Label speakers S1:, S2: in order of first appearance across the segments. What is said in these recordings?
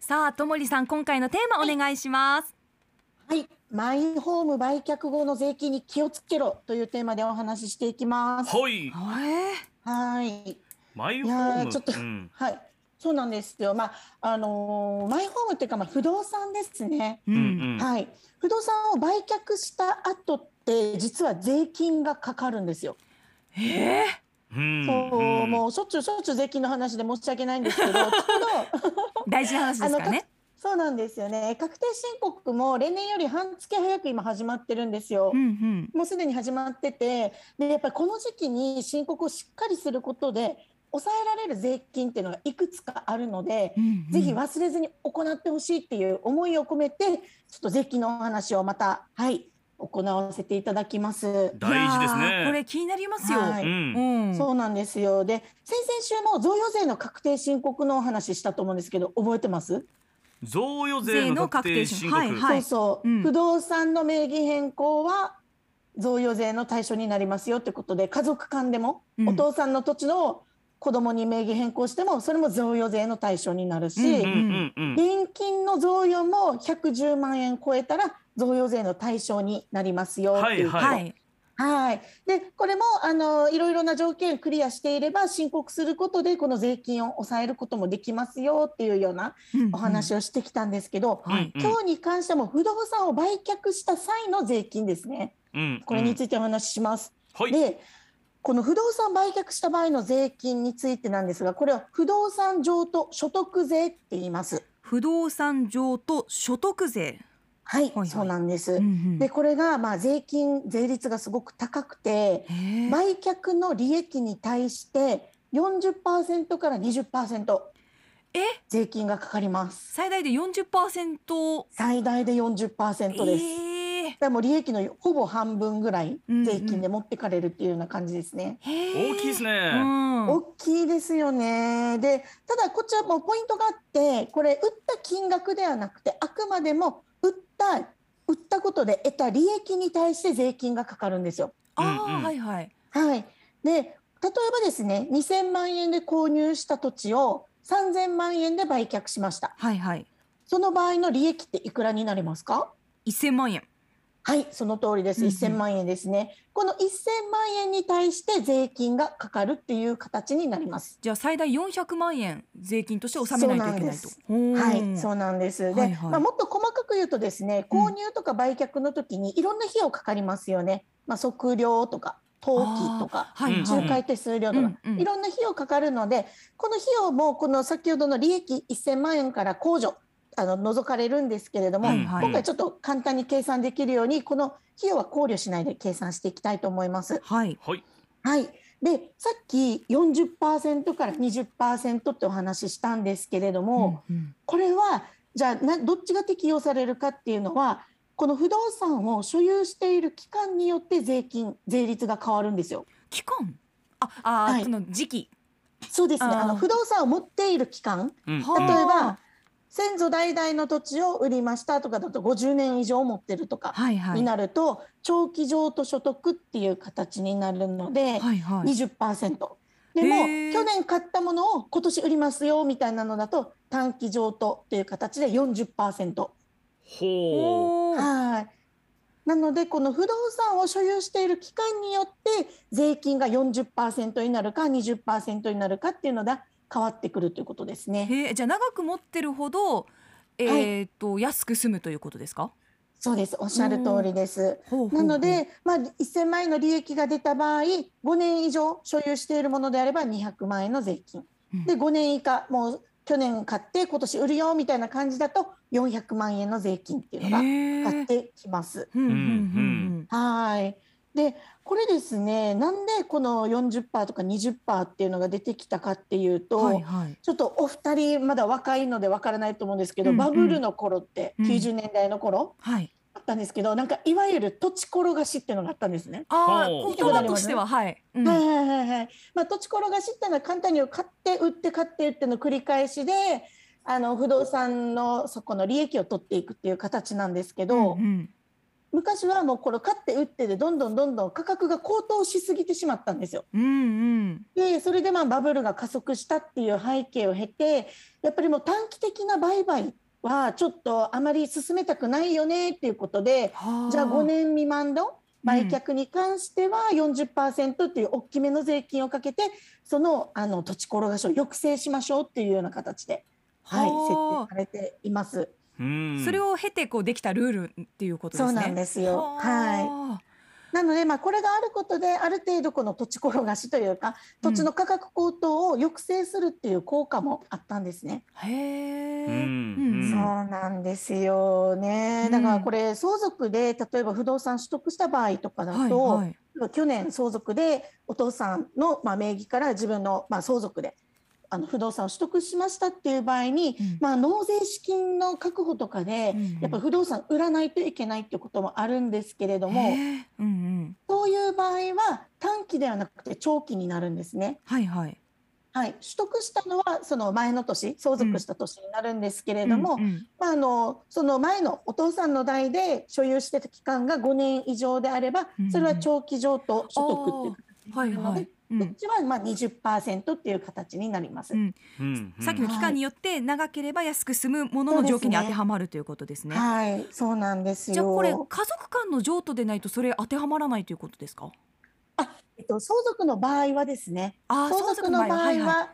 S1: さあともりさん今回のテーマお願いします
S2: はい、マイホーム売却後の税金に気をつけろというテーマでお話ししていきます。
S3: はい。
S1: え
S2: はい、
S3: マイ
S2: い
S3: ホ
S2: や
S3: ー
S2: ー
S3: ム。
S2: ちょっと
S3: うん。
S2: はい、そうなんですよ。まああのーマイホームっていうかまあ不動産ですね。
S1: う
S3: うん
S1: ん
S3: うん。
S2: はい、不動産を売却した後って実は税金がかかるんですよ。
S1: え
S3: うん
S2: そうも
S3: う
S2: うしょっちゅうしょっちゅう税金の話で申し訳ないんです けど、ちょうど
S1: ー大事な話ですからね
S2: そうなんですよね。確定申告も例年より半月早く今始まってるんですよ。
S1: うんうん
S2: もうすでに始まっててでやっぱりこの時期に申告をしっかりすることで抑えられる税金っていうのがいくつかあるので、
S1: うんうん
S2: ぜひ忘れずに行ってほしいっていう思いを込めてちょっと税金のお話をまたはい行わせていただきます
S3: ん。。大事です
S1: いやー
S3: ね。
S1: これ気になりますよ、
S2: は
S3: う
S2: い
S3: ん。
S1: うん
S2: そうなんですよで先々週も贈与税の確定申告のお話したと思うんですけど覚えてます、
S3: 贈与税の確定申告。
S1: 税の確定申告はいはい
S2: そうそう、
S1: うん
S2: 不動産の名義変更は贈与税の対象になりますよってことで家族間でも、
S1: うん
S2: お父さんの土地の子供に名義変更してもそれも贈与税の対象になるし、
S1: うん
S3: うんうんうん。
S2: 現金の贈与も110万円超えたら贈与税の対象になりますよっていうこと。
S3: は
S1: は
S3: い
S1: い
S2: はい、でこれもあのいろいろな条件クリアしていれば申告することでこの税金を抑えることもできますよっていうような
S1: うんうん
S2: お話をしてきたんですけど、
S1: はい
S3: うん
S2: 今日に関しても不動産を売却した際の税金ですね
S3: うん
S2: これについてお話しします。
S3: はい。
S2: でこの不動産売却した場合の税金についてなんですがこれは不動産譲渡所得税って言います。
S1: 不動産上と所得税、
S2: はい、
S1: はい
S2: そうなんです、
S1: うんうん
S2: でこれがまあ税金税率がすごく高くて、
S1: へー
S2: 売却の利益に対して40%から20%
S1: え
S2: 税金がかかります
S1: 最大で40%
S2: 最大で40%です、だか
S1: えー
S2: らもう利益のほぼ半分ぐらい
S1: うんうん
S2: 税金で持ってかれるっていうような感じですね、
S1: へー
S3: 大きいです
S1: う
S3: ね。
S1: ん
S2: 大きいですよねでただこちらもポイントがあってこれ売った金額ではなくてあくまでも売った売ったことで得た利益に対して税金がかかるんですよ
S1: あ
S3: うん
S1: あ、
S3: うん
S1: はいはい。
S2: はい。で、例えばですね、2000万円で購入した土地を3000万円で売却しました。
S1: はいはい。
S2: その場合の利益っていくらになりますか？
S1: 一千万円。
S2: はい、その通りで
S1: う
S2: す。
S1: んうん
S2: 1000万円ですね。この1000万円に対して税金がかかるっていう形になります。
S1: じゃあ最大四百万円税金として納めないといけないと。。
S2: はい、そううなんです。で、
S1: はいはい
S2: まあもっと細かく言うとですね、購入とか売却の時にいろんな費用かかりますよね。まあ測量とか登記とか。
S1: はいはい。
S2: 仲介手数料とか、
S1: うんうん
S2: いろんな費用かかるのでこの費用もこの先ほどの利益1000万円から控除あの除かれるんですけれども、
S1: はいはい
S2: 今回ちょっと簡単に計算できるようにこの費用は考慮しないで計算していきたいと思います。
S1: はい。
S3: はい。
S2: はい、でさっき40%から20%ってお話ししたんですけれども、
S1: うんうん
S2: これはじゃあなどっちが適用されるかっていうのはこの不動産を所有している期間によって税金税率が変わるんですよ。
S1: 期間。あ、あー、
S2: はい
S1: その時期。
S2: そうですね。
S1: あー
S2: あの不動産を持っている期間、
S3: うん
S1: は
S2: 例
S1: あ
S2: えば先祖代々の土地を売りましたとかだと50年以上持ってるとか
S1: はいはい。
S2: になると、長期譲渡所得っていう形になるので、
S1: はいはい。
S2: 20%。で
S1: へ
S2: も
S1: ー
S2: 去年買ったものを今年売りますよみたいなのだと短期譲渡っていう形で40%。
S3: ほ
S1: おー
S2: はい。なのでこの不動産を所有している期間によって税金が40%になるか20%になるかっていうのが変わってくるということですね。
S1: へえ、じゃあ長く持ってるほど。えっと、安く済むということですか。
S2: そうです。おっしゃる通りです。
S1: ほうほうほ
S2: な
S1: う
S2: の。で、まあ、1000万円の利益が出た場合5年以上所有しているものであれば200万円の税金
S1: うん
S2: で5年以下もう去年買って今年売るよみたいな感じだと400万円の税金っていうのが
S1: へ
S2: かか
S1: え
S2: っ。てきます。
S1: うんうん
S2: はい。で、これですね、なんでこの40%とか20%っていうのが出てきたかっていう
S1: う
S2: と、
S1: んうん。はいはい。
S2: ちょっとお二人まだ若いのでわからないと思うんですけど、
S1: うんうん
S2: バブルの頃って
S1: うん
S2: 90年代の頃
S1: はい。
S2: あったんですけど、なんかいわゆる土地転がしっていうのがあったんですね。
S1: ああ、
S3: ほう
S1: 言葉としては、はい。うん
S2: はいはいはいはい。まあ土地転がしっていうのは簡単に言う買って売って買って売っての繰り返しで、あの不動産のそこの利益を取っていくっていう形なんですけど、
S1: うんうん
S2: 昔はもうこの買って売ってでどんどんどんどん価格が高騰しすぎてしまったんですよ。
S1: うんうん。
S2: でそれでまあバブルが加速したっていう背景を経てやっぱりもう短期的な売買っはちょっとあまり進めたくないよねっていうことでじゃあ5年未満の売却に関しては40%っていう大きめの税金をかけてそのあの土地転がしを抑制しましょうっていうような形で、はい、設定されています。
S3: うん
S1: それを経てこうできたルールっていうことです
S2: そ
S1: ね。
S2: うなんですよ。はい。
S1: は
S2: なので、まあ、これがあることである程度この土地転がしというか土地の価格高騰を抑制するっていう効果もあったんですね。
S1: い。へえ。
S3: うん
S1: うん
S2: そうなんですよね。だからこれ相続で例えば不動産取得した場合とかだと、
S1: はいはい
S2: 去年相続でお父さんの、まあ、名義から自分の、まあ、相続であの不動産を取得しましたっていう場合に、
S1: うん
S2: まあ、納税資金の確保とかで、
S1: うんうん
S2: やっぱ不動産売らないといけないっていうこともあるんですけれど
S1: へ
S2: も。
S1: えうんうん。
S2: そういう場合は短期ではなくて長期になるんですね。
S1: はいはい。
S2: はい、取得したのはその前の年相続した年になるんですけれども、
S1: うんうん
S2: まあ、あのその前のお父さんの代で所有してた期間が5年以上であれば
S1: うん
S2: それは長期譲渡所得っていう
S1: はいはい。う
S2: こっ
S1: ん。
S2: ちはまあ20%っていう形になります。
S1: うん
S3: うんうん
S1: さっきの期間によって長ければ安く済むものの条件に当てはまるということですね。
S2: はい、そうなんですよ。
S1: じゃあこれ家族間の譲渡でないとそれ当てはまらないということですか？
S2: えっと、相続の場合はですね、
S1: あー
S2: 相続の場合は、はいい
S1: は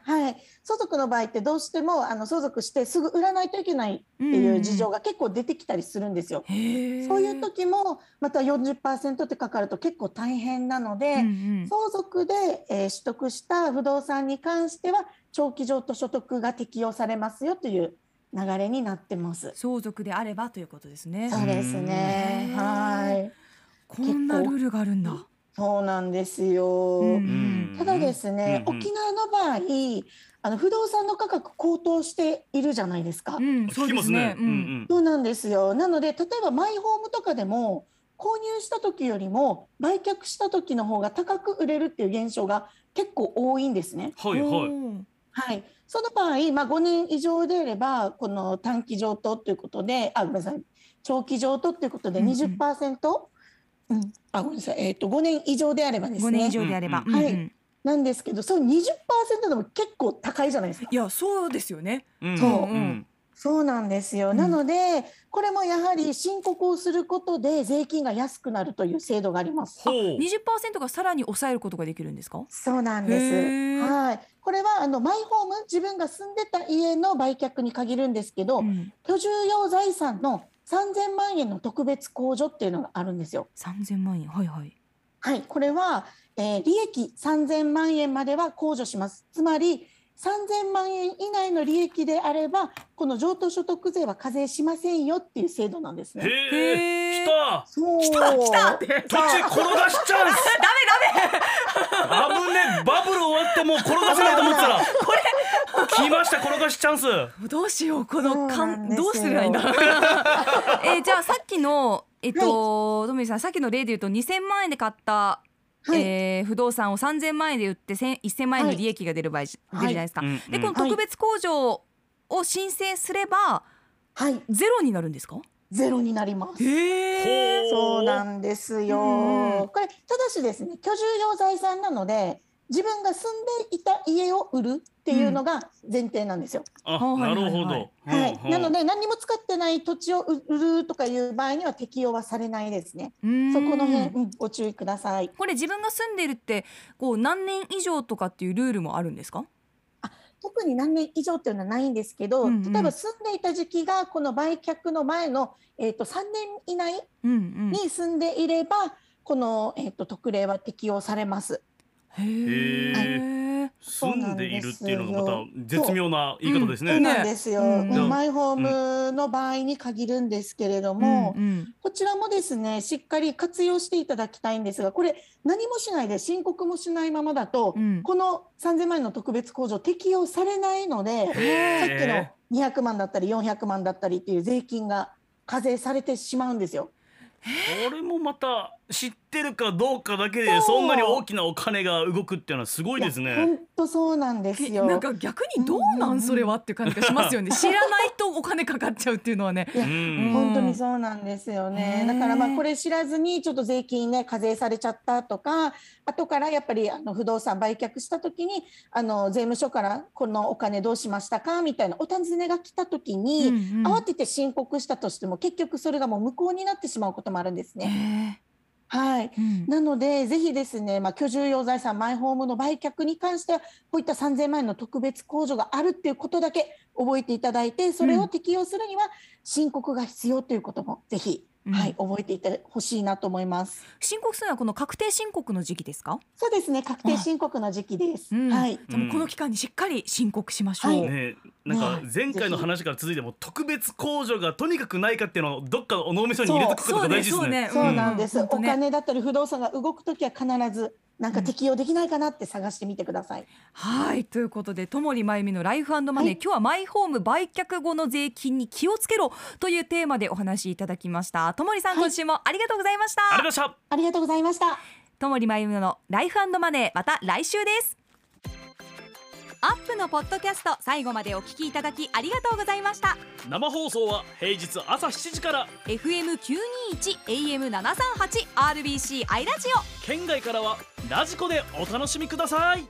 S2: 相続の場合ってどうしてもあの相続してすぐ売らないといけない
S1: い。
S2: っていう事情が結構出てきたりするんですよ。
S1: うんうん。へえ。
S2: そういう時もまた40%ってかかると結構大変なので、
S1: うんうん。
S2: 相続で、えー取得した不動産に関しては長期譲渡所得が適用されますよという流れになってます。
S1: 相続であればということですね。
S2: そうですね
S1: へ。ー
S2: はい、
S1: こんなルールがあるんだ。
S2: そうなんですよ。
S1: うん
S3: うん
S2: ただですね、
S3: うんうん
S2: 沖縄の場合あの不動産の価格高騰しているじゃないですか、
S1: うん、そ
S3: 聞
S1: う
S3: き
S1: で
S3: ますすね
S1: ね。
S3: うんうん
S2: そうなんですよなので例えばマイホームとかでも購入した時よりも売却した時の方が高く売れるっていう現象が結構多いんですね。
S3: はいはい
S1: い。
S2: はい、その場合、まあ、5年以上であればこの短期譲渡ということであごめんなさい長期譲渡ということで
S1: うんうん
S2: 20%、うんあごめんなさい、えー、と5年以上であればですね
S1: 五年以上であれば。
S3: う
S2: う
S3: ん
S2: んはい
S1: うんうん
S2: なんですけど、その20%でも結構高いじゃないですか
S1: い。や、そうですよね。
S3: うん
S2: そうんそうなんですよ。
S1: うん
S2: なので、これもやはり申告をすることで税金が安くなるという制度があります。
S3: ほう
S1: 二十パーセントがさらに抑えることができるんですか？
S2: そうなん
S1: へー
S2: です。はい。これはあのマイホーム、自分が住んでた家の売却に限るんですけど、
S1: うん
S2: 居住用財産の3000万円の特別控除っていうのがあるんですよ。
S1: 三千万円。はいはい。
S2: はい、これは、えー利益3000万円までは控除します。つまり3000万円以内の利益であれば、この譲渡所得税は課税しませんよっていう制度なんですね。
S3: へ
S1: へー
S3: え来た
S2: そう。
S1: 来た来たって。ダメ
S3: 途中転がしちゃうダメダメ危ねえバブル終わってもう転がさないと思ってたらこれ来ました転がしチャンス
S1: どうしようこ
S2: そう
S1: の
S2: な
S1: か
S2: ん
S1: ん
S2: ですよ
S1: どうすればいいんだろう。えーじゃあさっきのえっとトミーさんさっきの例で言うと2000万円で買った。
S2: はい
S1: えー不動産を3000万円で売って1000 1000万円の利益が出る場合、出るじゃないですか、
S3: うん
S1: で
S3: うん
S1: この特別控除を申請すれば
S2: はい、
S1: ゼロになるんですか？
S2: ゼロになります。
S1: へえ。
S2: そ
S3: ほ
S2: うなんですよ。
S1: うんうん
S2: これただしですね、居住用財産なので、自分が住んでいた家を売るっていうのが前提なんですよ。
S1: は
S3: あ
S1: いは
S3: ない
S1: はい
S3: るほど
S2: はい、なの
S3: で
S2: で何も使ってない土地を売るとかいう場合には適用はされないですね。そ
S1: そ
S2: この辺、うん、ご注意ください。
S1: これ自分が住んでるってこう何年以上とかっていうルールもあるんですか？
S2: 特に何年以上っていうのはないんですけど、
S1: うんうん
S2: 例えば住んでいた時期がこの売却の前の、えー、と3年以内
S1: うんうん。
S2: に住んでいれば、この、えー、と特例は適用されます。
S1: へえ。
S3: 住んでいるっていうのがまた絶妙な言い方です
S2: そう
S3: ね
S2: なんですよ、
S1: ね
S2: う
S3: うんん
S2: マイホームの場合に限るんですけれども、
S1: うんうん
S2: こちらもですねしっかり活用していただきたいんですがこれ何もしないで申告もしないままだと、
S1: うん
S2: この3000万円の特別控除適用されないので
S3: へ
S2: さっき
S3: え
S2: の200万だったり400万だったりっていう税金が課税されてしまうんですよ。
S3: これもまた知っってるかどうかだけで
S2: そう
S3: そんなに大きなお金が動くっていうのはすごいですね。
S2: 本当そうなんですよ。
S1: なんか逆にどう
S2: うんう
S1: なん
S2: うん
S1: んそれはっていう感じがしますよね知らないとお金かかっちゃうっていうのはね
S2: いや
S3: うん
S2: 本当にそうなんですよね。
S1: うん
S2: だからま
S1: へ
S2: あ
S1: え
S2: これ知らずにちょっと税金ね課税されちゃったとか、後からやっぱりあの不動産売却した時にあの税務署からこのお金どうしましたかみたいなお尋ねが来た時に、
S1: うんうん
S2: 慌てて申告したとしても結局それがもう無効になってしまうこともあるんですね。
S1: ね
S2: はい。
S1: うん
S2: なので、ぜひですね、まあ、居住用財産、マイホームの売却に関しては、こういった3000万円の特別控除があるっていうことだけ覚えていただいて、それを適用するには申告が必要ということも、ぜひ、
S1: うん
S2: はい、覚えていてほしいなと思います。
S1: 申告するのはこの確定申告の時期ですか、
S2: そうですね、確定申告の時期です。
S1: うん
S2: はい。
S1: じゃあもうこの期間にしっかり申告しましょう、
S2: はい
S3: ねなんか前回の話から続いても特別控除がとにかくないかっていうのをどっかお脳みそに入れとくことが大事ですね。
S1: ん
S2: そうなんです。
S1: ほと
S2: お
S1: ね
S2: 金だったり不動産が動くときは必ず、なんか適用できないかなって探してみてください。
S1: はいということでともりまゆみのライフマネー、
S2: はい
S1: 今日はマイホーム売却後の税金に気をつけろというテーマでお話しいただきましたともりさん、
S2: はい
S1: 今週もありがとうございまし
S3: あ
S1: た
S3: りがとうございました。
S2: ありがとうございました。
S1: ともりまゆみのライフマネーまた来週ですアップのポッドキャスト最後までお聞きいただきありがとうございました
S3: 生放送は平日朝7時から
S1: FM921 AM738 RBC アイラジオ
S3: 県外からはラジコでお楽しみください